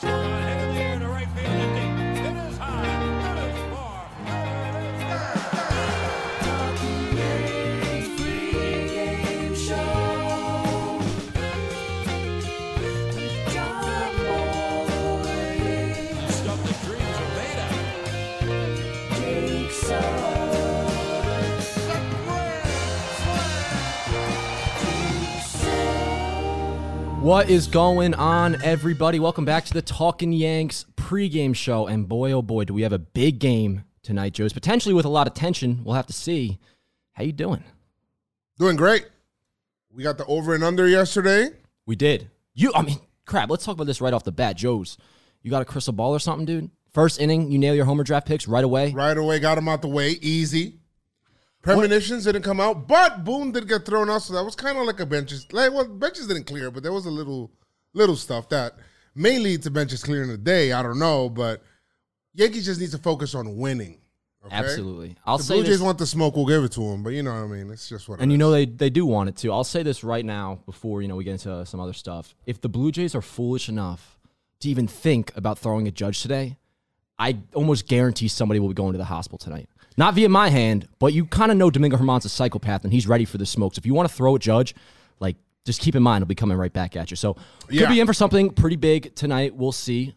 She got ahead in the air to right field and deep. It is high. It is far. It is good. Stuff that dreams are made of. What is going on, everybody? Welcome back to the Talking Yanks pregame show. And boy, oh boy, do we have a big game tonight, Joe's. Potentially with a lot of tension. We'll have to see. How you doing? Doing great. We got the over and under yesterday. We did. You, I mean, crap. Let's talk about this right off the bat, Joe's. You got a crystal ball or something, dude? First inning, you nail your homer draft picks right away. Right away, got him out the way. Easy. Premonitions didn't come out, but Boone did get thrown out, so that was kind of like a benches. Like, well, benches didn't clear, but there was a little, little stuff that may lead to benches clearing the day. I don't know, but Yankees just need to focus on winning. okay? Absolutely. I'll The say Blue this- Jays want the smoke, we'll give it to them, but you know what I mean. It's just what. And you know they, they do want it to. I'll say this right now before you know we get into some other stuff. If the Blue Jays are foolish enough to even think about throwing a judge today, I almost guarantee somebody will be going to the hospital tonight. Not via my hand, but you kind of know Domingo Herman's a psychopath and he's ready for the smokes. If you want to throw a judge, like just keep in mind he'll be coming right back at you. So could Yeah. be in for something pretty big tonight. We'll see.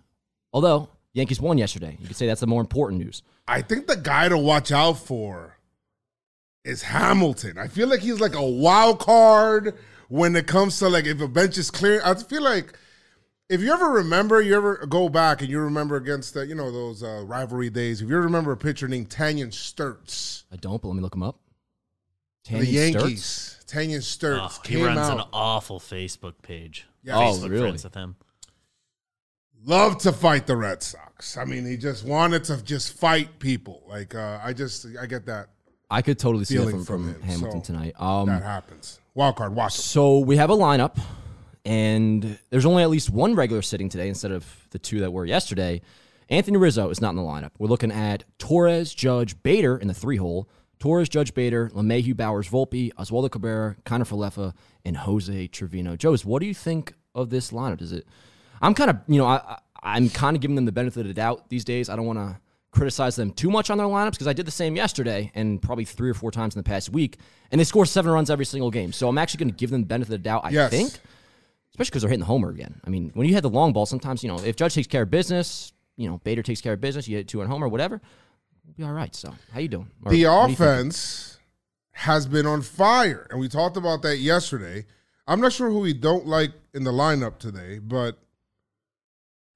Although Yankees won yesterday, you could say that's the more important news. I think the guy to watch out for is Hamilton. I feel like he's like a wild card when it comes to like if a bench is clear. I feel like if you ever remember, you ever go back and you remember against the, you know those uh, rivalry days. If you remember a pitcher named Tanyan Sturts, I don't, but let me look him up. the Tanyan Sturts? Yankees, Tanyan Oh, Sturts he came runs an out. awful Facebook page. Yeah. Oh, Facebook really? friends with him. Love to fight the Red Sox. I mean, he just wanted to just fight people. Like uh, I just I get that I could totally see that feeling from, from, from him, Hamilton so tonight. that Um, happens. Wild card, watch. him. so we have a lineup, and there's only at least one regular sitting today instead of the two that were yesterday. Anthony Rizzo is not in the lineup. We're looking at Torres, Judge, Bader in the three hole. Torres, Judge, Bader, LeMahieu, Bowers, Volpe, Oswaldo Cabrera, Connor Falefa, and Jose Trevino. Joe's, what do you think of this lineup? Is it? I'm kind of, you know, I, I I'm kind of giving them the benefit of the doubt these days. I don't want to criticize them too much on their lineups because I did the same yesterday and probably three or four times in the past week, and they score seven runs every single game. So I'm actually going to give them the benefit of the doubt. I Yes. think, especially because they're hitting the homer again. I mean, when you hit the long ball, sometimes you know if Judge takes care of business, you know Bader takes care of business, you hit two on homer, whatever, you'll be all right. So how you doing? Or the what do you think? offense has been on fire, and we talked about that yesterday. I'm not sure who we don't like in the lineup today, but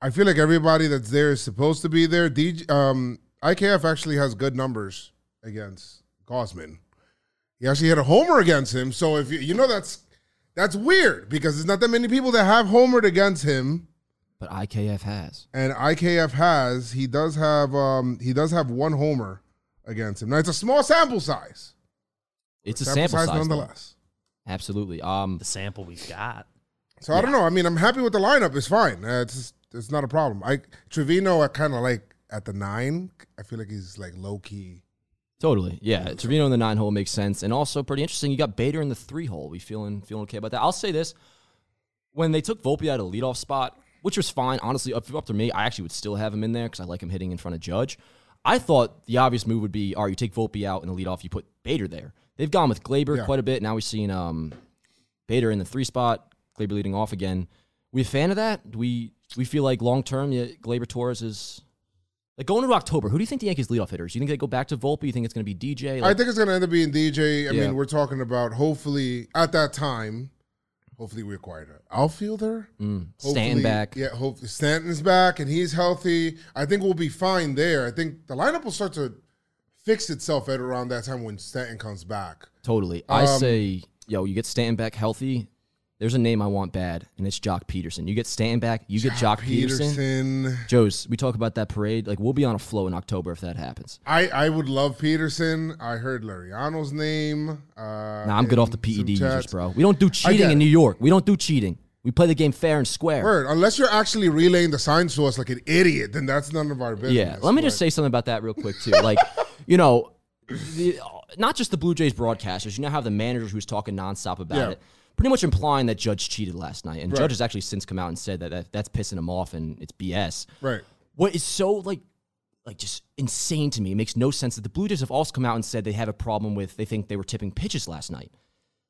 I feel like everybody that's there is supposed to be there. DJ, um, IKF actually has good numbers against Gosman. He actually hit a homer against him, so if you, you know that's that's weird because there's not that many people that have homered against him But IKF has. and IKF has he does have um he does have one homer against him. Now it's a small sample size. It's a sample size, though. nonetheless. Absolutely. Um, The sample we've got. So I don't know. I mean, I'm happy with the lineup. It's fine. Uh, it's just- it's not a problem. I Trevino, I kind of like at the nine. I feel like he's like low key. Totally. Yeah. Trevino in the nine hole makes sense. And also pretty interesting. You got Bader in the three hole. We feeling feeling okay about that. I'll say this. When they took Volpe out of the leadoff spot, which was fine, honestly, up, up to me, I actually would still have him in there because I like him hitting in front of Judge. I thought the obvious move would be all right, you take Volpe out in the leadoff, you put Bader there. They've gone with Glaber Yeah. quite a bit. Now we're seeing um, Bader in the three spot, Glaber leading off again. We a fan of that? Do we do we feel like long term, yeah, Glaber Torres is like going into October. Who do you think the Yankees leadoff hitters? You think they go back to Volpe? You think it's going to be DJ? I Like, think it's gonna end up being DJ. I Yeah. mean, we're talking about hopefully at that time. Hopefully we acquired an outfielder. stand Hopefully- Mm, back. Yeah, hope Stanton's back and he's healthy. I think we'll be fine there. I think the lineup will start to fix itself at around that time when Stanton comes back. Totally. I Um, say, yo, you get Stanton back healthy. There's a name I want bad, and it's Jock Peterson. You get Stanton back, you get Jock Peterson. Peterson. Joe's, we talk about that parade. Like, we'll be on a flow in October if that happens. I, I would love Peterson. I heard Lariano's name. Uh, Nah, I'm good in off the some PED users, chats. bro. We don't do cheating it. in New York. We don't do cheating. We play the game fair and square. Word, unless you're actually relaying the signs to us like an idiot, then that's none of our business. Yeah, let me just say something about that real quick too. Like, you know, the, not just the Blue Jays broadcasters. You now have the manager who's talking nonstop about Yeah. it. pretty much implying that Judge cheated last night. And Right. Judge has actually since come out and said that, that that's pissing him off and it's BS. Right. What is so like like just insane to me. It makes no sense that the Blue Jays have also come out and said they have a problem with they think they were tipping pitches last night.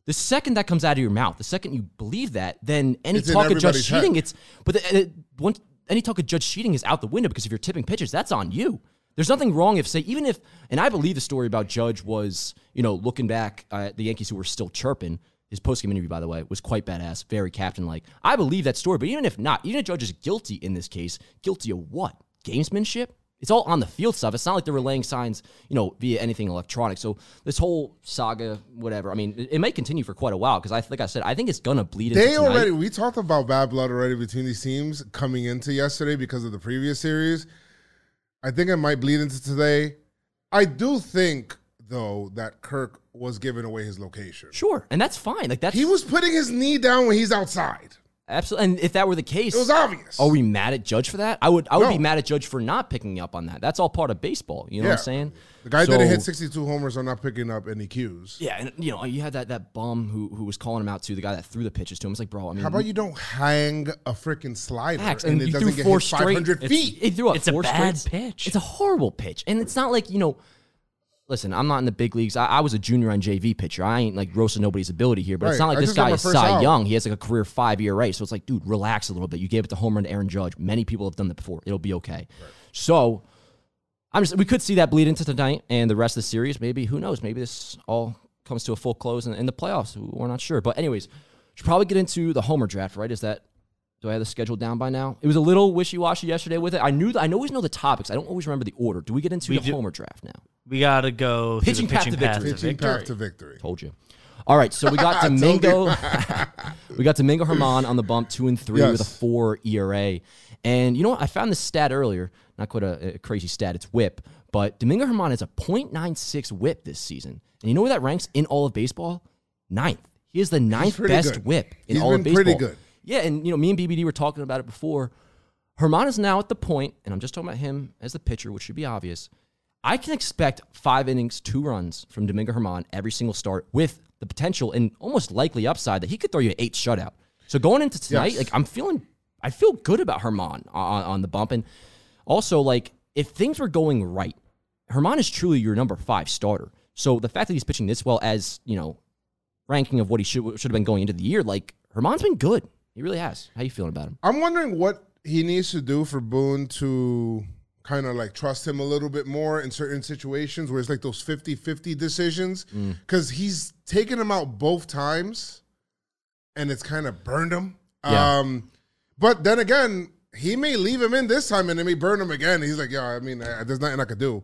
The second that comes out of your mouth, the second you believe that, then any It's in talk of judge everybody's head. cheating, it's but the, uh, once any talk of judge cheating is out the window because if you're tipping pitches, that's on you. There's nothing wrong if say even if and I believe the story about Judge was you know looking back uh, at the Yankees who were still chirping. His postgame interview, by the way, was quite badass, very captain like. I believe that story, but even if not, even if Judge is guilty in this case, guilty of what? Gamesmanship? It's all on the field stuff. It's not like they're relaying signs, you know, via anything electronic. So this whole saga, whatever. I mean, it, it may continue for quite a while because I, like I said, I think it's gonna bleed. Into They tonight. already we talked about bad blood already between these teams coming into yesterday because of the previous series. I think it might bleed into today. I do think though that Kirk was giving away his location. sure, and that's fine. Like that's He was putting his knee down when he's outside. absolutely. And if that were the case, It was obvious. are we mad at Judge for that? I would I would No. be mad at Judge for not picking up on that. That's all part of baseball. You know what I'm Yeah. saying? the guy that So- hit 62 homers are not picking up any cues. Yeah, and you know, you had that that bum who who was calling him out to the guy that threw the pitches to him. It's like, bro, I mean, How about you don't hang a freaking slider Facts. and, And, it you threw doesn't get four hit straight. 500 it's- feet? It threw out It's a four bad straight- pitch. It's a horrible pitch, and it's not like you know. Listen, I'm not in the big leagues. I, I was a junior on JV pitcher. I ain't like grossing nobody's ability here, but Right. it's not like I this just got guy my is first Cy out. Young. He has like a career five year rate. So it's like, dude, relax a little bit. You gave it the home run to Aaron Judge. Many people have done that before. It'll be okay. So I'm just we could see that bleed into tonight and the rest of the series. Maybe who knows? Maybe this all comes to a full close in, in the playoffs. We're not sure. But anyways, should probably get into the homer draft, right? Is that do I have the schedule down by now? It was a little wishy washy yesterday with it. I knew that I always know the topics. I don't always remember the order. Do we get into We the do- homer draft now? We gotta go through Pitching the path pitching to path victory. to Pitching victory. path to victory. Told you. All right, so we got Domingo. we got Domingo Herman on the bump, two and three with a Yes. four ERA. And you know what? I found this stat earlier. Not quite a, a crazy stat. It's WHIP, but Domingo Herman has a .96 WHIP this season. And you know where that ranks in all of baseball? Ninth. He is the ninth pretty best good. WHIP in He's all of been baseball. pretty good. Yeah, and you know, me and BBD were talking about it before. Herman is now at the point, and I'm just talking about him as the pitcher, which should be obvious. I can expect five innings, two runs from Domingo Herman every single start with the potential and almost likely upside that he could throw you an eight shutout. So going into tonight, Yes. like I'm feeling, I feel good about Herman on, on the bump. And also, like, if things were going right, Herman is truly your number five starter. So the fact that he's pitching this well as, you know, ranking of what he should should have been going into the year, like Herman's been good. He really has. How you feeling about him? I'm wondering what he needs to do for Boone to kind of like trust him a little bit more in certain situations where it's like those 50 50 decisions Mm. because he's taken him out both times and it's kind of burned him. Yeah. Um, but then again, he may leave him in this time and then may burn him again. He's like, yeah, I mean, I, there's nothing I could do.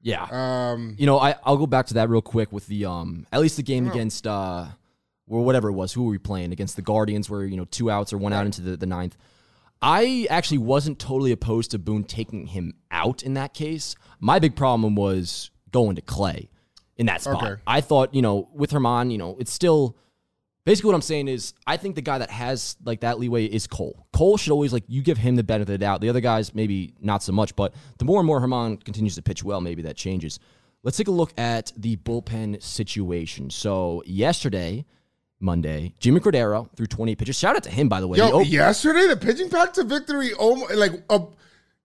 Yeah. Um, you know, I, I'll go back to that real quick with the um at least the game against uh or whatever it was, who were we playing against the Guardians where, you know, two outs or one out into the, the ninth. I actually wasn't totally opposed to Boone taking him out in that case. My big problem was going to Clay in that spot. Okay. I thought, you know, with Herman, you know, it's still basically what I'm saying is I think the guy that has like that leeway is Cole. Cole should always like you give him the benefit of the doubt. The other guys maybe not so much, but the more and more Herman continues to pitch well, maybe that changes. Let's take a look at the bullpen situation. So yesterday, Monday, Jimmy Cordero threw 28 pitches. Shout out to him, by the way. yo, He op- yesterday, the pitching pack to victory, almost, like, uh,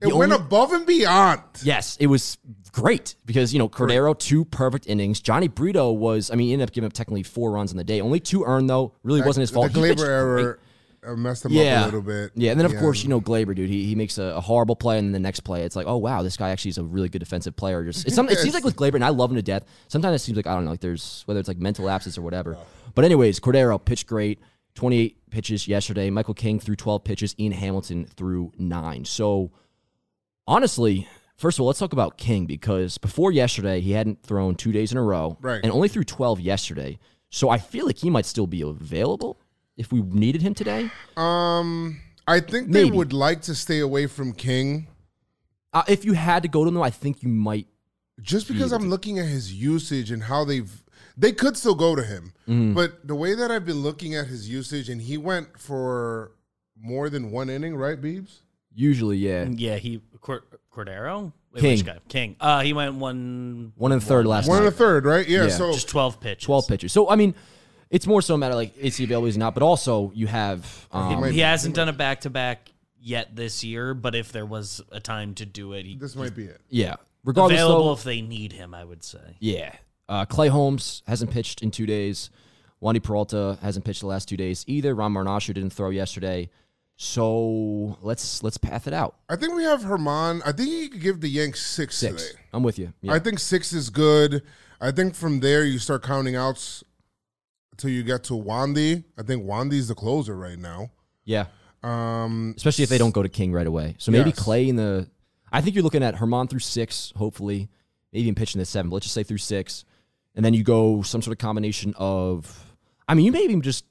it The went only- above and beyond. Yes, it was great because you know Cordero two perfect innings. Johnny Brito was I mean he ended up giving up technically four runs on the day, only two earned though. Really wasn't his fault. The He pitched Glaber error uh, messed him up a little bit. Yeah, and then of course you know Glaber, dude. He, he makes a, a horrible play, and then the next play, it's like, oh wow, this guy actually is a really good defensive player. Just it's some, it seems like with Glaber, and I love him to death. Sometimes it seems like I don't know, like there's whether it's like mental lapses or whatever. But anyways, Cordero pitched great, 28 pitches yesterday. Michael King threw 12 pitches. Ian Hamilton threw nine. So honestly. First of all, let's talk about King because before yesterday, he hadn't thrown two days in a row Right. and only threw 12 yesterday. So I feel like he might still be available if we needed him today. Um, I think they Maybe. would like to stay away from King Uh, if you had to go to them, I think you might. just because I'm looking at his usage and how they've they could still go to him, Mm-hmm. but the way that I've been looking at his usage and he went for more than one inning, right, Beebs? Usually, yeah. Mm. Yeah, he Cor- Cordero. Wait, King. Which guy? King. Uh, he went one One and a third last One night. and a third, right? Yeah. Yeah. so just twelve pitches. 12 pitches. So, I mean, it's more so a matter of, like is he available? Is he not? But also you have um, might he be- hasn't done a back to back yet this year, but if there was a time to do it, he, This might be it. yeah. Regardless, though, available if they need him, I would say. Yeah. Uh, Clay Holmes hasn't pitched in two days. Wandy Peralta hasn't pitched the last two days either. Ron Marnashu didn't throw yesterday. So let's let's path it out. I think we have Herman. I think he could give the Yanks six, Six. today. I'm with you. Yeah. I think six is good. I think from there you start counting outs until you get to Wandy. I think Wandy's the closer right now. yeah. Um, Especially if they don't go to King right away. So maybe Yes. Clay in the I think you're looking at Herman through six, hopefully. Maybe even pitching the seven, but let's just say through six. And then you go some sort of combination of I mean, you may even just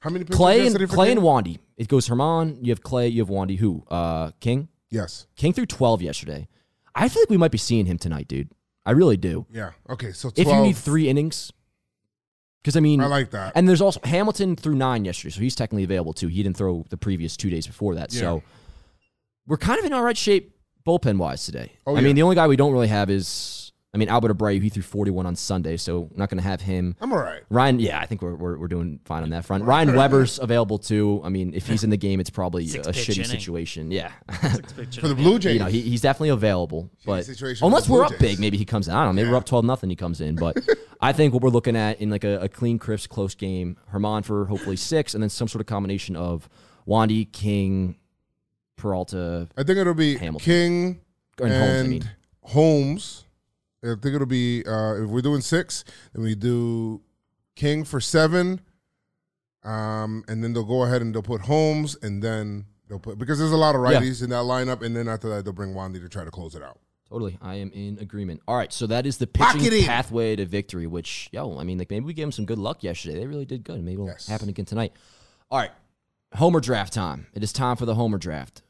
how many pitchers Clay yesterday and for Clay King? and Wandy. It goes Herman, you have Clay, you have Wandy, who? Uh King? Yes. King through 12 yesterday. I feel like we might be seeing him tonight, dude. I really do. Yeah. Okay. So If twelve. you need three innings, because I mean, I like that. and there's also Hamilton through nine yesterday, so he's technically available too. He didn't throw the previous two days before that, so we're kind of in all right shape bullpen wise today. Oh, I mean, yeah. the only guy we don't really have is, I mean, Albert Abreu. He threw 41 on Sunday, so we're not going to have him. I'm all right. Ryan, yeah, I think we're, we're, we're doing fine on that front. Ryan Weber's available too. I mean, if he's in the game, it's probably Six a pitch shitty inning. situation. Yeah. For the Blue Jays, you know, he, he's definitely available. But situation unless with the we're Blue up Jays. big, maybe he comes in. I don't know. Maybe we're Yeah. up 12 nothing. He comes in. But I think what we're looking at in like a, a clean, crisp, close game, Herman for hopefully six, and then some sort of combination of Wandy, King, Peralta, I think it'll be Hamilton. King and, and, Holmes. I mean, Holmes. I think it'll be uh, if we're doing six, then we do King for seven, um, and then they'll go ahead and they'll put Holmes, and then they'll put because there's a lot of Yeah. righties in that lineup, and then after that they'll bring Wandy to try to close it out. totally. I am in agreement. All right. So that is the Lock it pitching in. pathway to victory, which, yo, I mean, like maybe we gave him some good luck yesterday. They really did good. Maybe it'll Yes. happen again tonight. All right. Homer draft time. It is time for the Homer draft.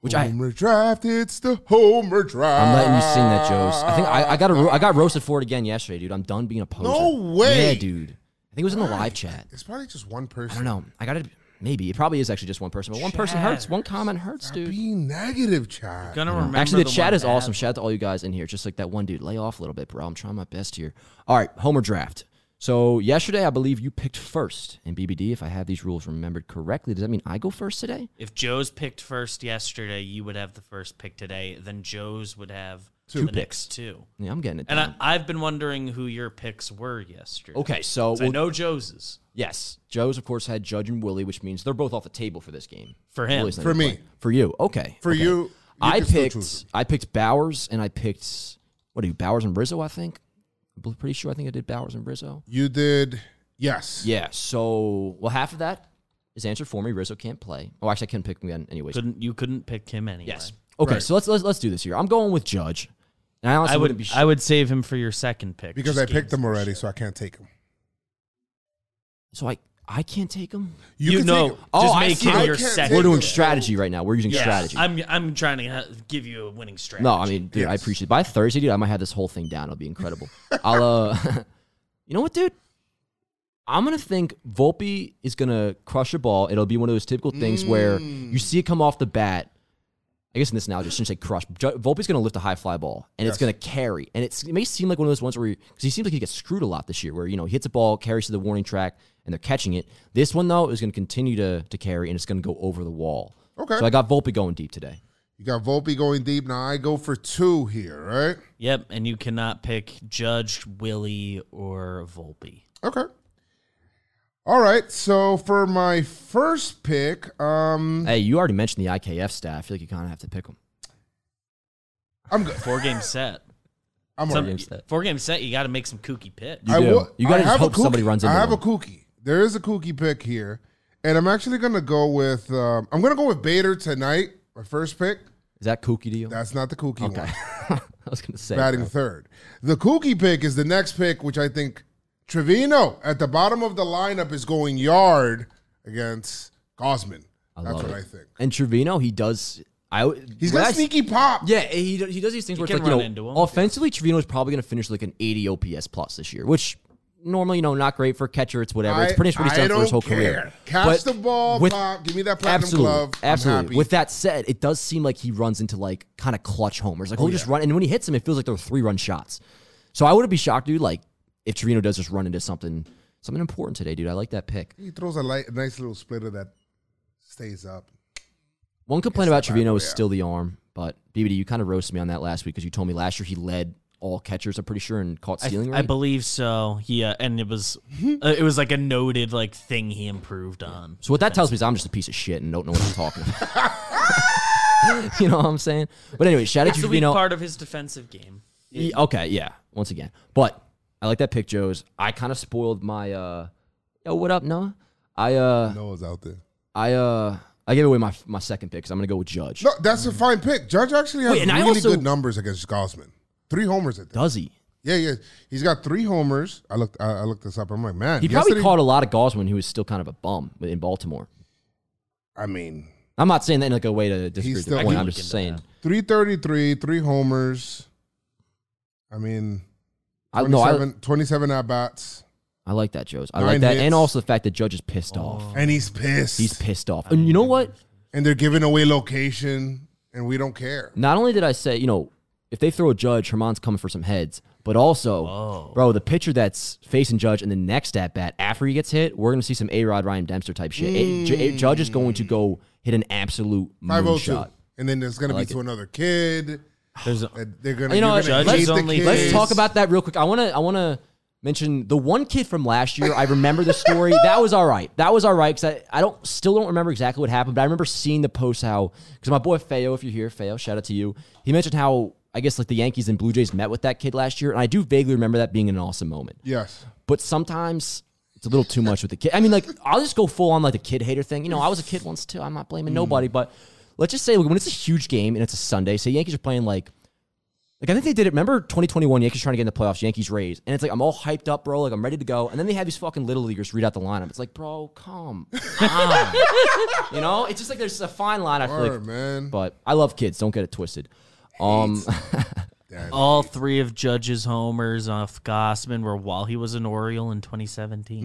Which I, Homer draft, it's the Homer draft. I'm letting you sing that, Joe's. I think I, I got a, ro- I got roasted for it again yesterday, dude. I'm done being a poser. No way. Yeah, dude. I think it was in the live chat. It's probably just one I person. don't know. I got to maybe it probably is actually just one person, but one person hurts. One comment hurts, dude. Be negative, Chad. Gonna remember Actually, the, chat one is awesome. bad- Shout out to all you guys in here. Just like that one dude, lay off a little bit, bro. I'm trying my best here. All right, Homer draft. So yesterday, I believe you picked first in BBD. If I have these rules remembered correctly, does that mean I go first today? If Joe's picked first yesterday, you would have the first pick today. Then Joe's would have the next two. Yeah, I'm getting it. And Down. I, I've been wondering who your picks were yesterday. okay, so 'Cause I we'll- know Joe's. Yes. Joe's, of course, had Judge and Willie, which means they're both off the table for this game. For him. Willie's not For even me. playing. For you. Okay. For okay. you, you I can still picked choose. I picked Bowers and I picked what are you, Bowers and Rizzo, I think? I'm bl- pretty sure I think I did Bowers and Rizzo. You did yes. Yeah. So well half of that is answered for me. Rizzo can't play. Oh, actually I can pick him again anyways. Couldn't you couldn't pick him anyway? yes. Okay, Right. so let's, let's let's do this here. I'm going with Judge. And I honestly I wouldn't would be sh- I would save him for your second pick Because I just picked games. them already, so I can't take them. so I I can't take him. You, can know, take just 'em. Oh, I make see. him I your can't second. take We're doing them. strategy right now. We're using Yeah. strategy. I'm I'm trying to ha- give you a winning strategy. No, I mean, dude, I Yes. appreciate it. By Thursday, dude, I might have this whole thing down. It'll be incredible. I'll, uh, you know what, dude? I'm going to think Volpe is going to crush a ball. It'll be one of those typical things where Mm. you see it come off the bat. I guess in this analogy, I shouldn't say crush. Ju- Volpe's going to lift a high fly ball, and it's Yes. going to carry. And it's, it may seem like one of those ones where, because he seems like he gets screwed a lot this year, where, you know, he hits a ball, carries to the warning track, and they're catching it. This one, though, is going to continue to to carry, and it's going to go over the wall. Okay. So I got Volpe going deep today. You got Volpe going deep. Now I go for two here, right? Yep, and you cannot pick Judge Willie or Volpe. Okay. All right. So for my first pick, um, Hey, you already mentioned the IKF stat. I feel like you kind of have to pick them. I'm good. Four game set. I'm Some- all right. game set. Four game set. You got to make some kooky picks. You I do. will- you gotta I just have a hope somebody kooky. runs I into have them. a kookie. There is a kookie pick here, and I'm actually gonna go with. Um, I'm gonna go with Bader tonight. My first pick. Is that kooky to you? That's not the kookie okay. one. I was gonna say. batting bro. third. The kooky pick is the next pick, which I think Trevino at the bottom of the lineup is going yard against Gosman. I That's love what it. I think. And Trevino, he does. I w- He's when got I s- sneaky pop. Yeah, he, do- he does these things where it's can like you know, run into 'em. offensively, Trevino is probably gonna finish like an 80 OPS plus this year, which normally you know not great for a catcher. It's whatever. I, it's pretty much what he's done I don't for his whole care. career. Catch But the ball, with- pop. Give me that platinum Absolutely, glove. I'm absolutely. happy. With that said, it does seem like he runs into like kind of clutch homers. Oh, Like he'll just run, and when he hits them, it feels like they're three run shots. So I wouldn't be shocked, dude. Like if Trevino does just run into something, Something important today, dude. I like that pick. He throws a, light, a nice little splitter that stays up. One complaint about the Trevino Bible, is yeah. still the arm, but BBD, you kind of roasted me on that last week because you told me last year he led all catchers. I'm pretty sure and caught I, stealing. I right? believe so. Yeah, and it was uh, it was like a noted like thing he improved on. So what that tells me is I'm just a piece of shit and don't know what I'm talking about. you know what I'm saying? But anyway, shout out It's to the weak Trevino. part of his defensive game. Ye- E, okay, yeah. Once again, but I like that pick, Joe's. I kind of spoiled my. uh Yo, what up, Noah? I uh, Noah's out there. I uh, I gave away my my second pick because I'm gonna go with Judge. No, that's a fine pick. Judge actually has Mm. Wait, and I really also- good numbers against Gossman. Three homers, I think. Does he? Yeah, yeah. He's got three homers. I looked. I, I looked this up. I'm like, man. He probably yesterday- caught a lot of Gosman, when he was still kind of a bum in Baltimore. I mean, I'm not saying that in like a way to disprove still- the I point. can I'm look just into saying. that. three thirty-three, three homers. I mean, I no, I, 27, 27 at bats, I like that, Joe's. I Nine like that, and hits. Oh. also the fact that Judge is pissed off. and he's pissed. He's pissed off, and you know what? and they're giving away location, and we don't care. Not only did I say, you know, if they throw a Judge, Herman's coming for some heads, but also, bro, the pitcher that's facing Judge in the next at bat after he gets hit, we're gonna see some A Rod Ryan Dempster type shit. A- J- A- Judge is going to go hit an absolute Five oh two, moonshot. and then there's gonna like be to another kid. There's Oh, a, and They're gonna. You know you're what? gonna Judge hate is the only- kids. Let's talk about that real quick. I want to I want to mention the one kid from last year. I remember the story. that was all right. That was all right because I, I don't still don't remember exactly what happened, but I remember seeing the post how because my boy Feo, if you're here, Feo, shout out to you. He mentioned how I guess like the Yankees and Blue Jays met with that kid last year, and I do vaguely remember that being an awesome moment. Yes. But sometimes. It's a little too much with the kid. I mean, like, I'll just go full on like the kid hater thing. You know, I was a kid once too. I'm not blaming nobody, but let's just say like, when it's a huge game and it's a Sunday, say Yankees are playing like like I think they did it. Remember 2021 Yankees trying to get in the playoffs, Yankees Rays, and it's like I'm all hyped up, bro. Like I'm ready to go, and then they have these fucking little leaguers read out the lineup. It's like, bro, come on. you know, it's just like there's a fine line. I feel All like, right, man. but I love kids. Don't get it twisted. Um, all three of Judge's homers off Gossman were while he was an Oriole in 2017.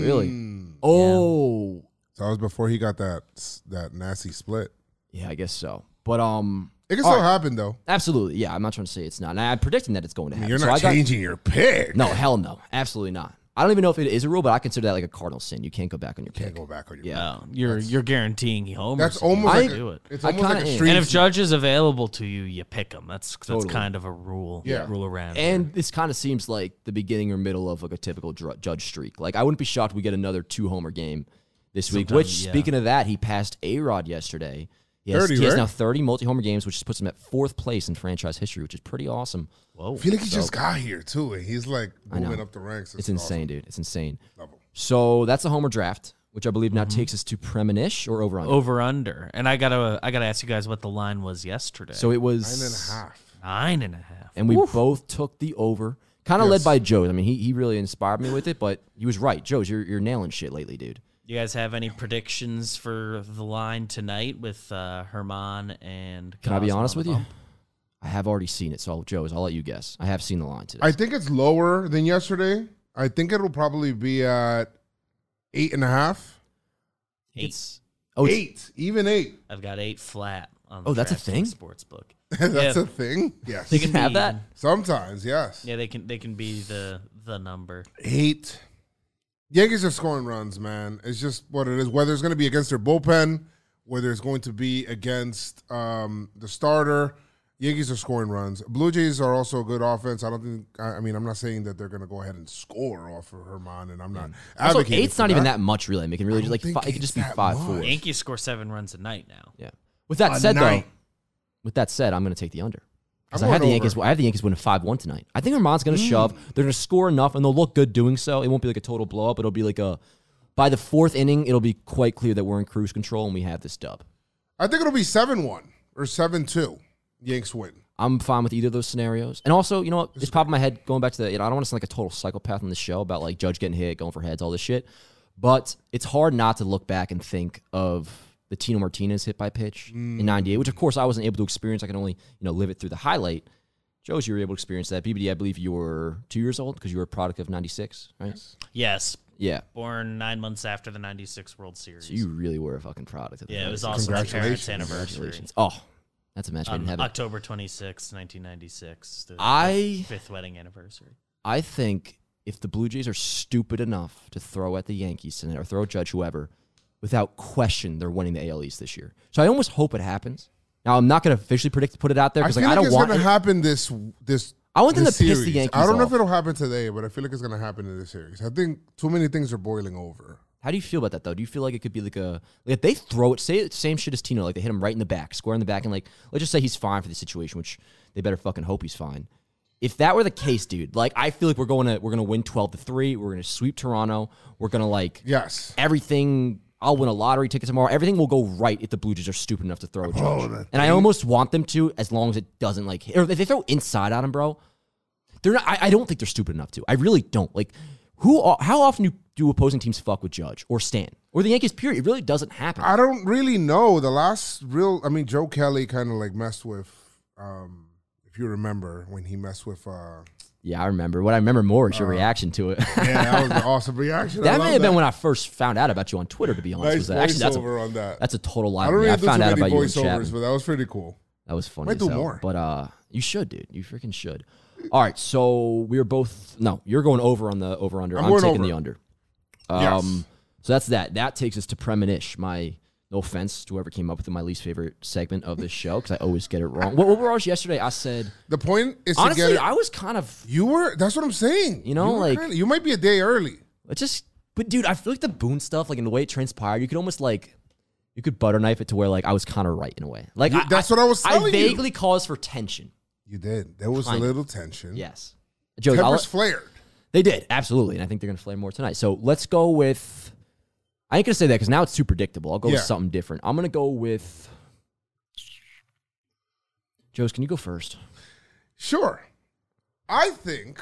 really? Oh, So that was before he got that that nasty split. yeah. I guess so. But um, It can all still right. happen though. absolutely, yeah. I'm not trying to say it's not. And I'm predicting that it's going to happen. You're So not I got- changing your pick. no, hell no, absolutely not. I don't even know if it is a rule, but I consider that like a cardinal sin. You can't go back on your Can't pick. go back on your. Yeah. Oh, you're you're guaranteeing he homers. That's if you almost I- like do it. A, it's I almost like a kinda am. street. And if Judge is available to you, you pick him. That's that's Totally. kind of a rule. Yeah. rule around. here. And this kind of seems like the beginning or middle of like a typical dr- Judge streak. Like I wouldn't be shocked we get another two homer game this week. Sometime, which yeah. speaking of that, he passed A Rod yesterday. He has, 30, he has right? now 30 multi homer games, which puts him at fourth place in franchise history, which is pretty awesome. Whoa. I feel like he just got here too, and he's like moving know. up the ranks. It's insane, dude. It's insane. Level. So that's a homer draft, which I believe now Mm-hmm. takes us to premonish or over under. Over under. And I gotta I gotta ask you guys what the line was yesterday. So it was Nine and a half. nine and a half. and we both took the over. Kind of led Yes. by Joe. I mean, he, he really inspired me with it, but he was right. Joe's, you're, you're nailing shit lately, dude. You guys have any predictions for the line tonight with uh, Herman and? Can I be Gosman on honest the with you? bump? I have already seen it. So, I'll- Joe's, I'll let you guess. I have seen the line today. I think it's lower than yesterday. I think it'll probably be at eight and a half. Eight. oh, it's- Eight, even eight. I've got eight flat. On Oh, that's a DraftKings thing? Sports book. That's Yeah. a thing. Yes. They can have be- that? Sometimes, yes. Yeah, they can. They can be the the number. Eight. Yankees are scoring runs, man. It's just what it is. Whether it's going to be against their bullpen, whether it's going to be against um, the starter, Yankees are scoring runs. Blue Jays are also a good offense. I don't think. I I mean, I'm not saying that they're going to go ahead and score off of Herman, and I'm not. Mm. Also, advocating eight's for not even that much, really. It can really I just don't like think fi- it could eight's just be that five much. four. Yankees score seven runs a night now. Yeah. With that A said, night. though, with that said, I'm going to take the under. Because I I'm have the going Yankees. over. Mm. I have the Yankees winning five one tonight. I think Herman's going to shove. They're going to score enough, and they'll look good doing so. It won't be like a total blow up. It'll be like a by the fourth inning, it'll be quite clear that we're in cruise control and we have this dub. I think it'll be seven one or seven two. Yanks win. I'm fine with either of those scenarios. And also, you know what? Just popping my head, going back to the, you know, I don't want to sound like a total psychopath on this show about like Judge getting hit, going for heads, all this shit. But it's hard not to look back and think of the Tino Martinez hit by pitch in 98, which of course I wasn't able to experience. I can only, you know, live it through the highlight. Joe's, you were able to experience that. BBD, I believe you were two years old because you were a product of 96, right? Yes, Yeah. born nine months after the '96 World Series. So you really were a fucking product of the yeah, it was 96. also my parents' Congratulations. anniversary. Congratulations. Oh, that's a match made in Um, heaven. October 26, 1996. The I fifth wedding anniversary. I think if the Blue Jays are stupid enough to throw at the Yankees tonight or throw at Judge whoever, without question, they're winning the AL East this year. So I almost hope it happens. Now I'm not going to officially predict put it out there I because feel like, like I don't it's want. gonna it. happen this this. I want them this to piss the series. Yankees I don't know off. if it'll happen today, but I feel like it's gonna happen in this series. I think too many things are boiling over. How do you feel about that though? Do you feel like it could be like a like if they throw it, say it's same shit as Tino, like they hit him right in the back, square in the back, and like let's just say he's fine for the situation, which they better fucking hope he's fine. If that were the case, dude, like I feel like we're going to we're gonna win twelve to three, we're gonna sweep Toronto, we're gonna like Yes. everything. I'll win a lottery ticket tomorrow. Everything will go right if the Blue Jays are stupid enough to throw Oh, a judge. and I almost want them to, as long as it doesn't like, hit- or if they throw inside on him, bro. They're not. I, I don't think they're stupid enough to. I really don't. Like, who? o- How often do, do opposing teams fuck with Judge or Stan or the Yankees? Period. It really doesn't happen. I don't really know. The last real, I mean, Joe Kelly kind of like messed with, um, if you remember when he messed with. Uh, yeah, I remember. What I remember more is your reaction to it. yeah, that was an awesome reaction. I that Uh, love may have been when I first found out about you on Twitter. To be honest, nice was that- actually that's a, voiceover on that. that's a total lie. I to don't me. really I do found too out many about you in Chapman. voiceovers, but that was pretty cool. That was funny. Might as do hell. more. But uh, you should, dude. You freaking should. All right, so we are both. No, you're going over on the over under. I'm I'm, going taking over. the under. Yes. Um, So that's that. That takes us to Premonish. My no offense to whoever came up with my least favorite segment of this show because I always get it wrong. What, what was yesterday? I said The point is to honestly, get. It, I was kind of you were. That's what I'm saying. You know, were like- kinda- you might be a day early. But just, but dude, I feel like the Boone stuff, like in the way it transpired, you could almost like, you could butter knife it to where like I was kind of right in a way. Like You- that's what I was telling I you. vaguely caused for tension. You did. There was Kinda. a little tension. Yes, Joe. I'll- Peppers flared. They did absolutely, and I think they're going to flare more tonight. So let's go with. I ain't going to say that because now it's too predictable. I'll go Yeah. with something different. I'm going to go with. Joe's, can you go first? Sure. I think,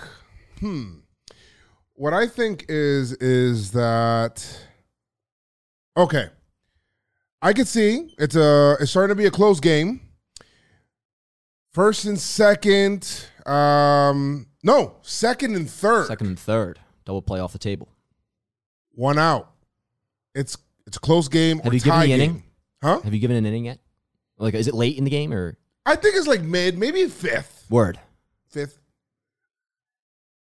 hmm, what I think is, is that, okay, I could see it's a, it's starting to be a close game. First and second, um, no, second and third, Second and third, double play off the table. one out. It's, it's a close game Have or you given tie the game. inning? Huh? Have you given an inning yet? Like, is it late in the game or I think it's like mid, maybe fifth, word? fifth.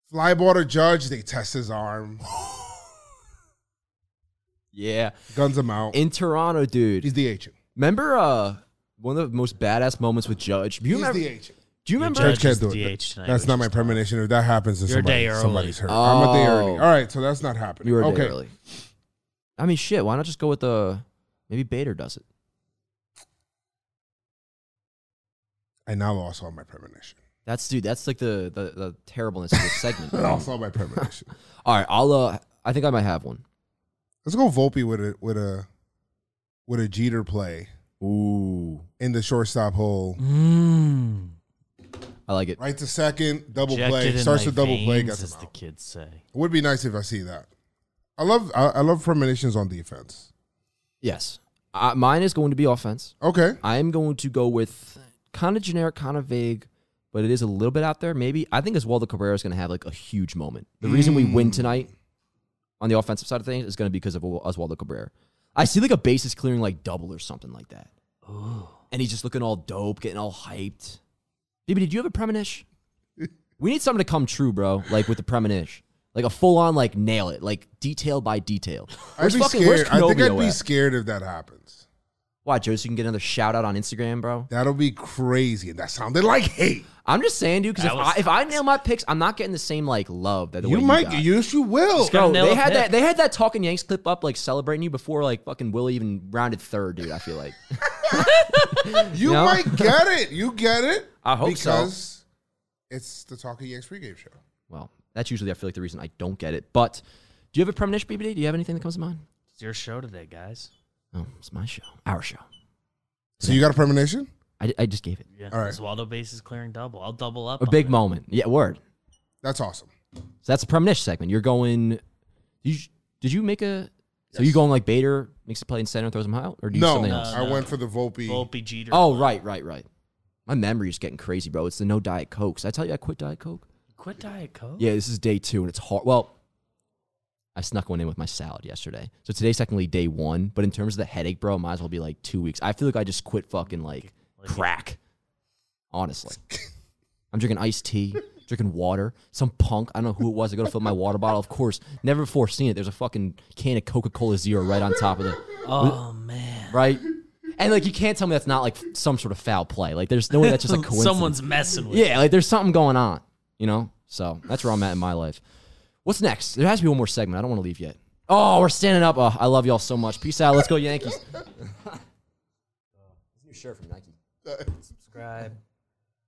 Fly ball to Judge, they test his arm, Yeah, guns him out. in Toronto, dude. He's the agent. Remember uh, one of the most badass moments with Judge. Do you He's remember? the agent. Do you remember? Judge can't is do it. DH tonight. That's which not is my tough. premonition. If that happens, to You're a somebody, day early. somebody's hurt. I'm a day early. Oh. All right, so that's not happening. You were okay. okay. early. I mean, shit. Why not just go with the maybe Bader does it? I now lost all my premonition. That's dude. That's like the the, the terribleness of this segment. I lost all my premonition. All right, I'll. Uh, I think I might have one. Let's go Volpe with a with a with a Jeter play Ooh, in the shortstop hole, Mm. I like it. right to second, double Injected play in starts my with double play, veins, gets as him the out. kids say. It would be nice if I see that. I love I, I love premonitions on defense. Yes, uh, mine is going to be offense. Okay, I am going to go with kind of generic, kind of vague, but it is a little bit out there. Maybe I think as well. The Cabrera is going to have like a huge moment. The reason we Mm. win tonight on the offensive side of things is going to be because of Oswaldo Cabrera. I see like a bases clearing like double or something like that, and he's just looking all dope, getting all hyped. BB, did you have a premonish? we need something to come true, bro. Like with the premonish, like a full on like nail it, like detail by detail. I'd Where's be fucking- where's scared. I think I'd Kenobi be at? scared if that happens. Why, Joe? So you can get another shout out on Instagram, bro. That'll be crazy, and that sounded like hate. I'm just saying, dude, because if, That was I, if I nail my picks, I'm not getting the same like love that the You way might, You got. yes, you will. Gotta Bro, nail they a had pick. that. They had that talking Yanks clip up, like celebrating you before, like fucking Willie even rounded third, dude. I feel like You No? might get it. You get it. I hope so. because it's the Talking Yanks pregame show. Well, that's usually I feel like the reason I don't get it. But do you have a premonition, BBD? Do you have anything that comes to mind? It's your show today, guys. Oh, it's my show, our show. So you got a premonition? I, I just gave it Yeah. All right. Oswaldo bases clearing double. I'll double up. a on big it. moment. Yeah, word. That's awesome. So that's a premonition segment. You're going. You, did you make a? So you going like Bader makes a play in center, throws him out, or do you do No, something else? No, I no. went for the Volpe. Volpe Jeter. Oh, right, right, right. My memory is getting crazy, bro. It's the no diet cokes. I tell you, I quit diet coke. Quit Diet Coke. Yeah, this is day two, and it's hard. Well, I snuck one in with my salad yesterday, so today's technically day one. But in terms of the headache, bro, it might as well be like two weeks. I feel like I just quit fucking like crack. Honestly, I'm drinking iced tea, drinking water. Some punk, I don't know who it was, I go to fill my water bottle. Of course, never before seen it. There's a fucking can of Coca Cola Zero right on top of the Oh man. right. And like you can't tell me that's not like some sort of foul play. Like there's no way that's just a coincidence. Someone's messing with. Yeah, like there's something going on, you know? So that's where I'm at in my life. What's next? There has to be one more segment. I don't want to leave yet. Oh, we're standing up. Oh, I love y'all so much. Peace out. Let's go, Yankees. New shirt from Nike. Subscribe.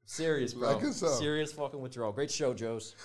Serious, bro. Like us up. Serious fucking withdrawal. Great show, Joe's.